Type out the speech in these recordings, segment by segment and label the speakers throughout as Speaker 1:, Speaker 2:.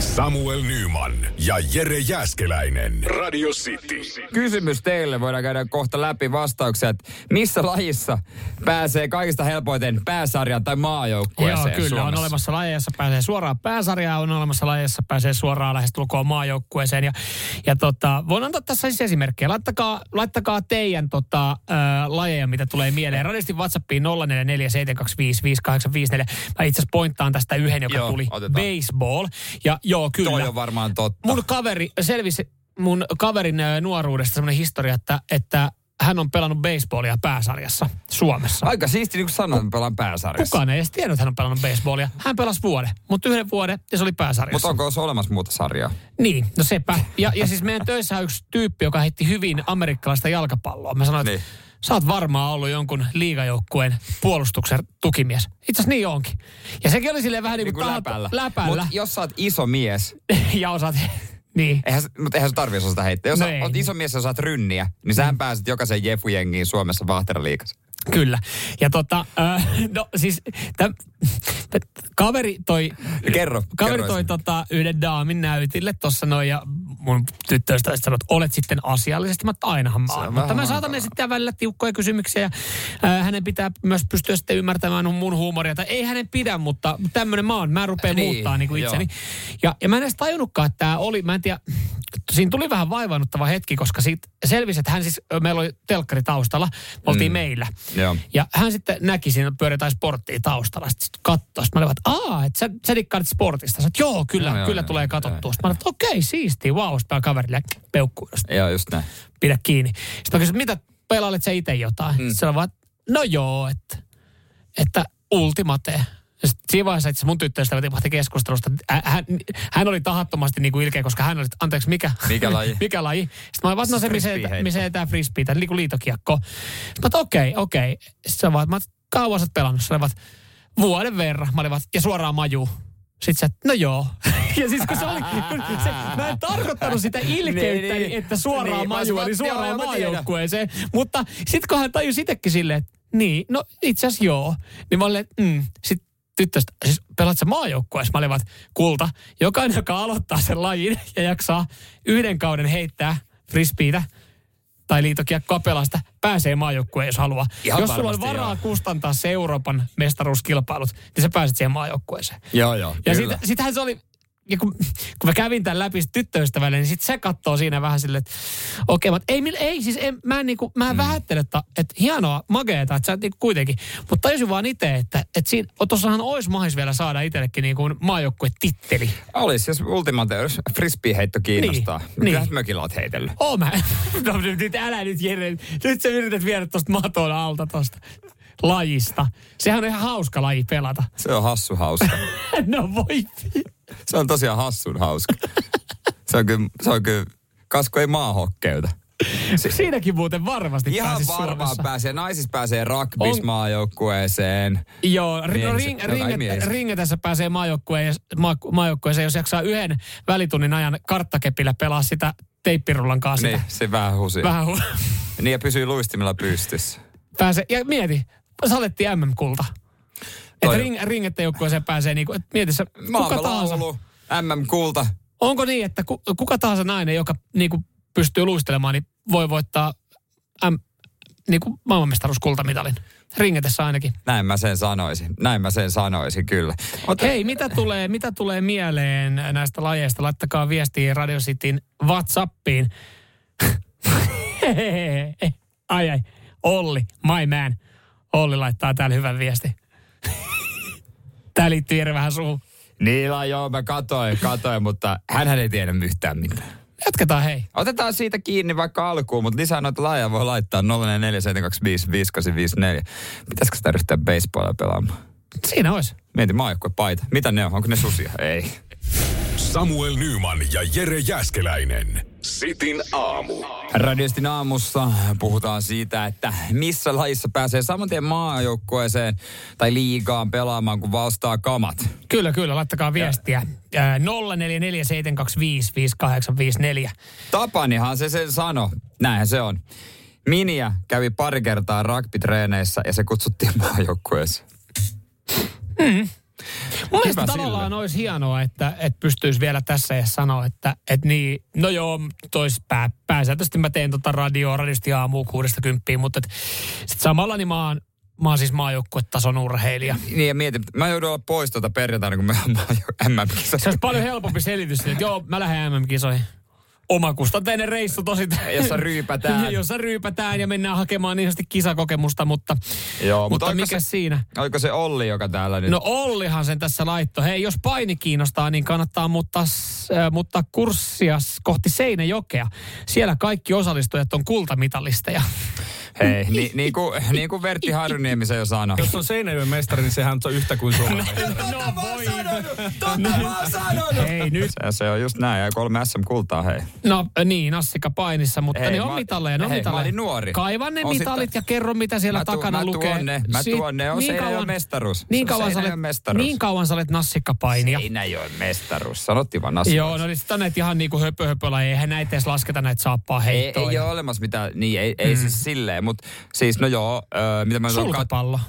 Speaker 1: Samuel Nyman ja Jere Jäskeläinen. Radio City.
Speaker 2: Kysymys teille, voidaan käydä kohta läpi vastauksia, että missä lajissa pääsee kaikista helpoiten pääsarjaan tai maajoukkueeseen
Speaker 3: Joo, kyllä.
Speaker 2: Suomessa?
Speaker 3: On olemassa lajeissa, pääsee suoraan pääsarjaan, on olemassa lajeissa, pääsee suoraan lähestulkoon maajoukkueeseen. Ja, ja tota, voin antaa tässä siis esimerkkejä. Laittakaa, laittakaa teidän tota, ää, lajeja, mitä tulee mieleen. Radistin WhatsAppiin 0447255854. Mä itse asiassa pointtaan tästä yhden, joka
Speaker 2: Joo,
Speaker 3: tuli.
Speaker 2: otetaan.
Speaker 3: Baseball. Ja joo, kyllä.
Speaker 2: Toi on varmaan totta.
Speaker 3: Mun kaveri selvisi mun kaverin ö, nuoruudesta semmoinen historia, että, että hän on pelannut baseballia pääsarjassa Suomessa.
Speaker 2: Aika siisti, niin kuin sanoin, pelaan pääsarjassa.
Speaker 3: Kukaan ei edes tiennyt, että hän on pelannut baseballia. Hän pelasi vuoden, mutta yhden vuoden ja se oli pääsarjassa.
Speaker 2: Mutta onko se olemassa muuta sarjaa?
Speaker 3: Niin, no sepä. Ja, ja siis meidän töissä on yksi tyyppi, joka heitti hyvin amerikkalaista jalkapalloa. Mä sanoin, että
Speaker 2: Niin.
Speaker 3: sä oot varmaan ollut jonkun liigajoukkueen puolustuksen tukimies. Itse asiassa niin onkin. Ja sekin oli silleen vähän niin kuin,
Speaker 2: Niinku
Speaker 3: läpällä.
Speaker 2: läpällä.
Speaker 3: läpällä.
Speaker 2: Mut jos sä oot iso mies,
Speaker 3: ja osaat... niin.
Speaker 2: eihän, mutta eihän sun tarvi osata sitä heittää. Jos
Speaker 3: No
Speaker 2: sä
Speaker 3: ei.
Speaker 2: oot iso mies ja saat rynniä, niin
Speaker 3: Mm.
Speaker 2: sähän pääset jokaisen jefujengiin Suomessa vaahteraliikassa.
Speaker 3: Kyllä. Ja tota, äh, no siis täm, täm, kaveri toi...
Speaker 2: Kerro,
Speaker 3: Kaveri
Speaker 2: kerro
Speaker 3: toi
Speaker 2: esimerkki.
Speaker 3: tota, yhden daamin näytille tossa noin ja mun tyttöystävä sitten sanoi, että olet sitten asiallisesti. Mä että ainahan mä oon.
Speaker 2: on
Speaker 3: Mutta
Speaker 2: vähän
Speaker 3: mä saatan
Speaker 2: hankalaa.
Speaker 3: esittää välillä tiukkoja kysymyksiä ja äh, hänen pitää myös pystyä sitten ymmärtämään mun huumoria. Tai ei hänen pidä, mutta tämmönen mä oon. Mä rupean niin,
Speaker 2: Niin,
Speaker 3: muuttaa niin kuin
Speaker 2: joo.
Speaker 3: itseni. Ja, ja mä en edes tajunnutkaan, että tämä oli, mä en tiedä, siinä tuli vähän vaivannuttava hetki, koska siitä selvisi, että hän siis, meillä oli telkkari taustalla, me oltiin mm. meillä.
Speaker 2: Joo.
Speaker 3: Ja hän sitten näki siinä pyöritään sporttia taustalla, sitten sit katsoi, sitten mä olin, että aah, että sä, sä dikkaat sportista. Sä, joo, kyllä, joo,
Speaker 2: Joo, joo,
Speaker 3: kyllä joo,
Speaker 2: joo,
Speaker 3: tulee
Speaker 2: joo,
Speaker 3: katsottua.
Speaker 2: joo.
Speaker 3: Sitten mä olin, että okei, siistiä, vau, sitten mä kaverille peukkuun,
Speaker 2: Joo, just näin.
Speaker 3: pidä kiinni. Sitten mä kysyin, mitä pelailet sä itse jotain? Mm. Sitten vaan, no joo, että, että ultimate. Ja sit Siinä vaiheessa itse mun tyttöystävä tipahti keskustelusta. Ä- Hän, hän oli tahattomasti niin kuin ilkeä, koska hän oli, että anteeksi, mikä?
Speaker 2: Mikä laji?
Speaker 3: mikä laji? Sitten mä olin, vaan, no se, missä,
Speaker 2: Frisbee-heitto.
Speaker 3: missä tämä frisbee, tämä niin kuin liitokiekko. Sitten mä, että okei, okei. Sitten se vaan, että mä oon, kauan sä oot pelannut. Sä olivat, vuoden verran. Mä olin vaan, ja suoraan maju. Sitten sä, no joo. Ja siis kun se oli, kun se, mä en tarkoittanut sitä
Speaker 2: Niin,
Speaker 3: ilkeyttä, niin,
Speaker 2: niin.
Speaker 3: että suoraan niin,
Speaker 2: Niin, mä
Speaker 3: majua, niin
Speaker 2: olisin vaan,
Speaker 3: suoraan
Speaker 2: joo, mä tiedän.
Speaker 3: maajoukkueeseen. Mutta sit kun hän tajusi itsekin silleen, että niin, no itse asiassa joo. Niin mä olin, että mm. sit tyttöstä, siis pelaat sä maajoukkueessa? Mä olin vaan, että kulta, jokainen, joka aloittaa sen lajin ja jaksaa yhden kauden heittää frisbeitä, tai liitokiekkoa pelasta, pääsee maajoukkueen, jos haluaa.
Speaker 2: Ihan
Speaker 3: jos sulla on
Speaker 2: varmasti,
Speaker 3: varaa
Speaker 2: joo.
Speaker 3: kustantaa se Euroopan mestaruuskilpailut, niin sä pääset siihen maajoukkueeseen.
Speaker 2: Joo, joo.
Speaker 3: Ja
Speaker 2: kyllä.
Speaker 3: sit, sitähän se oli, ja kun, kun mä kävin tämän läpi sit tyttöystävälle, niin sit se katsoo siinä vähän silleen, että okei, okay, ei, mil- ei siis, en, mä en, niinku, mä en mm. vähättele, että, että hienoa, mageeta, että sä oot niinku kuitenkin. Mutta tajusin vaan itse, että, että siinä, tuossahan olisi mahdollis vielä saada itsellekin niinku maajoukkuetitteli.
Speaker 2: Olisi, jos Ultimate jos frisbee-heitto kiinnostaa.
Speaker 3: Niin,
Speaker 2: Niin, Kyllä
Speaker 3: niin.
Speaker 2: niin. mökillä oot heitellyt.
Speaker 3: Oo mä. No nyt, nyt älä nyt Jere. Nyt sä yrität viedä tosta maton alta tosta lajista. Sehän on ihan hauska laji pelata.
Speaker 2: Se on hassu hauska.
Speaker 3: No voi. vi-
Speaker 2: Se on tosiaan hassun hauska. Se on kyllä, se on kyllä kasko ei maahokkeuta.
Speaker 3: Siinäkin muuten varmasti
Speaker 2: Ihan
Speaker 3: pääsis
Speaker 2: varmaan
Speaker 3: Suomessa.
Speaker 2: pääsee. Naisissa pääsee rugbys
Speaker 3: On-
Speaker 2: maajoukkueeseen.
Speaker 3: Joo, ri- no,
Speaker 2: Miehiset-
Speaker 3: ring,
Speaker 2: no, tai
Speaker 3: ringe,
Speaker 2: miehiset.
Speaker 3: ringe, tässä pääsee maajoukkueen, maa, maajoukkueeseen, jos jaksaa yhden välitunnin ajan karttakepillä pelaa sitä teippirullan kanssa.
Speaker 2: Niin,
Speaker 3: Niin.
Speaker 2: se vähän husi.
Speaker 3: Vähän hu-
Speaker 2: Niin ja pysyy luistimilla pystyssä.
Speaker 3: pääsee. Ja mieti, saletti MM-kulta.
Speaker 2: Toi
Speaker 3: Että
Speaker 2: on-
Speaker 3: ring, ringettä joukkueeseen pääsee, niinku, että mieti sä, kuka tahansa.
Speaker 2: Maavelaulu, MM-kulta.
Speaker 3: Onko niin, että ku, kuka tahansa nainen, joka niin kuin pystyy luistelemaan, niin voi voittaa M, niin kuin maailmanmestaruuskultamitalin? Ringetessä ainakin.
Speaker 2: Näin mä sen sanoisin. Näin mä sen sanoisin, kyllä. Mutta
Speaker 3: Hei, mitä tulee, mitä tulee mieleen näistä lajeista? Laittakaa viestiä Radio Cityn WhatsAppiin. ai ai, Olli, my man. Olli laittaa täällä hyvän viesti. Tää liittyy Jere vähän suuhun.
Speaker 2: Niillä joo, mä katoin, katoin, mutta hän ei tiedä yhtään mitään.
Speaker 3: Jatketaan hei.
Speaker 2: Otetaan siitä kiinni vaikka alkuun, mutta lisää noita laajoja voi laittaa 0447255854. Pitäisikö sitä ryhtyä baseballia pelaamaan?
Speaker 3: Siinä olisi.
Speaker 2: Mieti maajoukkuepaita. Mitä ne on? Onko ne susia? Ei.
Speaker 1: Samuel Nyman ja Jere Jäskeläinen. Sitin aamu.
Speaker 2: Radiostin aamussa puhutaan siitä, että missä lajissa pääsee saman tien maajoukkueeseen tai liigaan pelaamaan, kun vastaa kamat.
Speaker 3: Kyllä, kyllä. Laittakaa viestiä. Ää, 0447255854.
Speaker 2: Tapanihan se sen sano. Näinhän se on. Minia kävi pari kertaa rugbytreeneissä ja se kutsuttiin maajoukkueeseen.
Speaker 3: Mun mielestä
Speaker 2: Hyvä
Speaker 3: tavallaan
Speaker 2: sille.
Speaker 3: olisi hienoa, että, että pystyisi vielä tässä ja sanoa, että, että niin, no joo, tois pää, pääsääntöisesti mä teen tota radioa, radiosti aamu kuudesta kymppiin, mutta et, sit samalla niin mä oon, mä oon siis maajoukkuetason urheilija.
Speaker 2: Niin ja mietin, mä joudun olla pois tuota perjantaina, kun me ollaan
Speaker 3: Se
Speaker 2: MM-kisassa.
Speaker 3: olisi paljon helpompi selitys, että joo, mä lähden MM-kisoihin. Omakustanteinen reissu tosi.
Speaker 2: Jossa ryypätään.
Speaker 3: Jossa ryypätään ja mennään hakemaan niin sanotusti kisakokemusta, mutta,
Speaker 2: Joo, mutta
Speaker 3: mutta
Speaker 2: oliko
Speaker 3: mikä
Speaker 2: se-
Speaker 3: siinä?
Speaker 2: Oliko se Olli, joka täällä nyt...
Speaker 3: No Ollihan sen tässä laittoi. Hei, jos paini kiinnostaa, niin kannattaa muuttaa, s- äh, muuttaa kurssia s- kohti Seinäjokea. Siellä kaikki osallistujat on kultamitalisteja.
Speaker 2: Hei, ni, niin, kuin, niin kuin Vertti Harjuniemi se jo sanoi.
Speaker 4: Jos on Seinäjoen mestari, niin sehän on yhtä kuin Suomen mestari.
Speaker 3: No voi.
Speaker 2: Totta mä
Speaker 3: Niin.
Speaker 2: oon sanonut!
Speaker 3: Hei nyt.
Speaker 2: Se, se on just näin, ja kolme SM-kultaa, hei.
Speaker 3: No niin, Assika painissa, mutta
Speaker 2: Hei,
Speaker 3: ne on
Speaker 2: mä-
Speaker 3: mitalleja, ne on
Speaker 2: hei, mä
Speaker 3: mitalleja.
Speaker 2: olin nuori.
Speaker 3: Kaiva ne
Speaker 2: On sit-
Speaker 3: mitalit ja kerro, mitä siellä
Speaker 2: Mä tuun-
Speaker 3: takana
Speaker 2: mä tuon
Speaker 3: lukee.
Speaker 2: ne, mä
Speaker 3: Sit-
Speaker 2: tuon ne, on Seinäjoen mestaruus. Se
Speaker 3: Niin
Speaker 2: on
Speaker 3: kauan, sä olet,
Speaker 2: Seinäjoen mestaruus.
Speaker 3: niin kauan sä olet nassikkapainia.
Speaker 2: Seinäjoen mestaruus, sanottiin vaan asia.
Speaker 3: niin. Joo, no niin sit on näitä ihan niinku höpö höpöllä. Eihän näitä edes lasketa näitä
Speaker 2: Ei,
Speaker 3: saappaa heittoa.
Speaker 2: ei ole olemassa mitään, niin ei, ei mm. siis silleen, mutta siis no joo, ö, mitä mä sanoin, kat-
Speaker 3: Sulkapallo.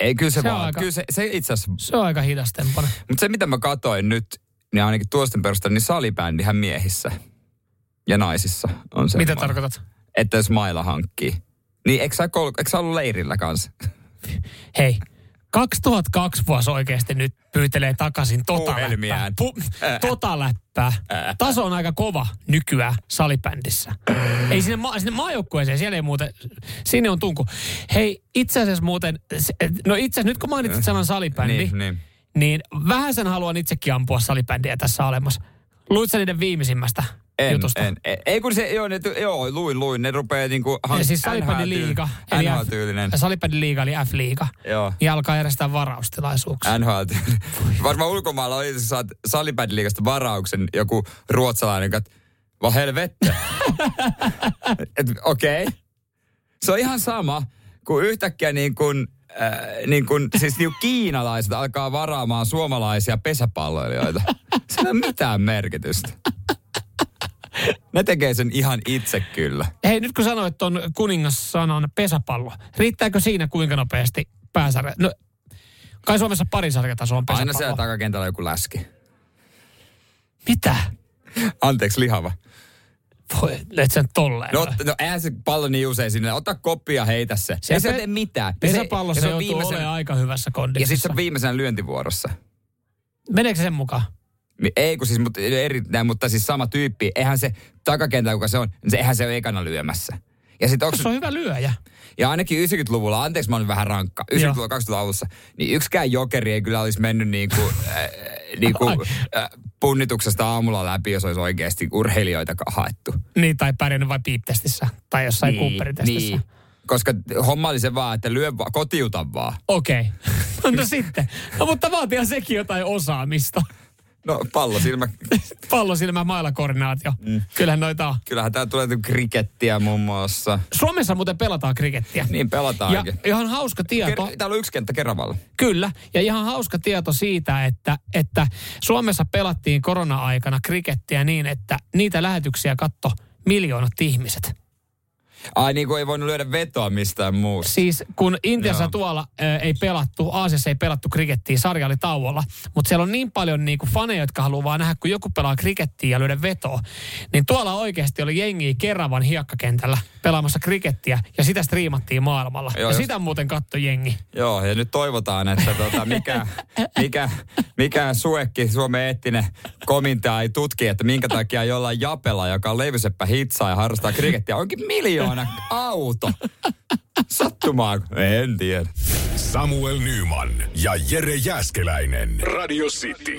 Speaker 2: ei kyllä se,
Speaker 3: Se
Speaker 2: se
Speaker 3: on
Speaker 2: vaan,
Speaker 3: aika-
Speaker 2: kyllä se, se itse asiassa,
Speaker 3: Se on aika hidastempana.
Speaker 2: mutta se mitä mä katoin nyt, niin ainakin tuosten perusteella, niin salibändihän miehissä ja naisissa on se.
Speaker 3: Mitä tarkoitat?
Speaker 2: Että jos mailla hankkii. Niin eikö sä, kol- eikö sä ollut leirillä kanssa?
Speaker 3: Hei, 2002 vuosi oikeasti nyt pyytelee takaisin tota läppää.
Speaker 2: Puhelmiään.
Speaker 3: Pu- tota läppää. Taso on aika kova nykyään salibändissä. Ei sinne, ma- sinne maajoukkueeseen, siellä ei muuten, sinne on tunku. Hei, itse asiassa muuten, se- no itse asiassa nyt kun mainitsit sanan salibändi,
Speaker 2: Niin, niin.
Speaker 3: niin vähän sen haluan itsekin ampua salibändiä tässä olemassa. Luitko sä niiden viimeisimmästä
Speaker 2: En,
Speaker 3: jutusta?
Speaker 2: en, en. Ei kun se, joo, ne, tu- joo luin, luin, ne rupeaa niinku
Speaker 3: Ja siis salibändin liiga. eli F-
Speaker 2: NHL-tyylinen.
Speaker 3: Salibändin liiga eli F-liiga.
Speaker 2: Joo.
Speaker 3: Ja alkaa järjestää varaustilaisuuksia.
Speaker 2: NHL. Varmaan ulkomailla oli, että sä saat salibändiliigasta varauksen joku ruotsalainen, joka, vaan helvette. Et, Okei. Okay. Se on ihan sama, kun yhtäkkiä niin kuin, äh, niin kuin, siis niin kiinalaiset alkaa varaamaan suomalaisia pesäpalloilijoita. Sillä ei ole mitään merkitystä. Ne tekee sen ihan itse kyllä.
Speaker 3: Hei, nyt kun sanoit tuon kuningassanan pesäpallo, riittääkö siinä kuinka nopeasti pääsarja? No, kai Suomessa parisarjataso on pesäpallo.
Speaker 2: Aina siellä takakentällä joku läski.
Speaker 3: Mitä?
Speaker 2: Anteeksi, lihava.
Speaker 3: Voi, et sen tolleen.
Speaker 2: No, ot- no eihän se pallo niin usein sinne. Ota koppi ja heitä se. se ei se
Speaker 3: pe-
Speaker 2: tee mitään. Ja
Speaker 3: Pesäpallossa
Speaker 2: ja
Speaker 3: se, joutuu viimeisen... olemaan aika hyvässä
Speaker 2: Ja
Speaker 3: kondiksessa.
Speaker 2: sitten se on viimeisen lyöntivuorossa.
Speaker 3: Meneekö se sen mukaan?
Speaker 2: Mi- Ei kun siis, mutta, eri, näin, mutta siis sama tyyppi. Eihän se takakentällä, kuka se on, niin se, eihän se ole ekana lyömässä. Ja, sit onks,
Speaker 3: No Se on hyvä lyöjä.
Speaker 2: ja ainakin 90-luvulla, anteeksi mä olin vähän rankka, 90-luvulla, 2000 alussa, niin yksikään jokeri ei kyllä olisi mennyt niinku, äh, niinku, äh, punnituksesta aamulla läpi, jos olisi oikeasti urheilijoita haettu.
Speaker 3: Niin, tai pärjännyt vai piiptestissä. Tai jossain niin, Cooperitestissä.
Speaker 2: niin. Koska homma oli se vaan, että lyö vaan, kotiuta vaan.
Speaker 3: Okei. Okay. No sitten. No mutta vaatii sekin jotain osaamista.
Speaker 2: No pallosilmä.
Speaker 3: Pallosilmä, mailakoordinaatio. Mm. Kyllähän noita on.
Speaker 2: Kyllähän tää tulee niinku krikettiä muun muassa.
Speaker 3: Suomessa muuten pelataan krikettiä.
Speaker 2: Niin
Speaker 3: Ja
Speaker 2: pelataankin.
Speaker 3: ihan hauska tieto,
Speaker 2: Ker- täällä on yksi kenttä Keravalla.
Speaker 3: kyllä, ja ihan hauska tieto siitä, että, että Suomessa pelattiin korona-aikana krikettiä niin, että niitä lähetyksiä katto miljoonat ihmiset.
Speaker 2: Ai niin kuin ei voinut lyödä vetoa mistään muusta.
Speaker 3: Siis kun Intiassa
Speaker 2: Joo.
Speaker 3: tuolla ö, ei pelattu, Aasiassa ei pelattu krikettiä, sarja oli tauolla, mutta siellä on niin paljon niinku faneja, jotka haluaa vaan nähdä, kun joku pelaa krikettiä ja lyödä vetoa, niin tuolla oikeasti oli jengi Keravan hiekkakentällä pelaamassa krikettiä ja sitä striimattiin maailmalla.
Speaker 2: Joo,
Speaker 3: ja
Speaker 2: just-
Speaker 3: sitä muuten katto jengi.
Speaker 2: Joo, ja nyt toivotaan, että tota, mikä, mikä, mikä suekki, Suomen eettinen komitea ei tutki, että minkä takia jollain Japella, joka on levyseppä hitsaa ja harrastaa krikettiä, onkin miljoona auto. Sattumaa, en tiedä.
Speaker 1: Samuel Nyman ja Jere Jäskeläinen. Radio City.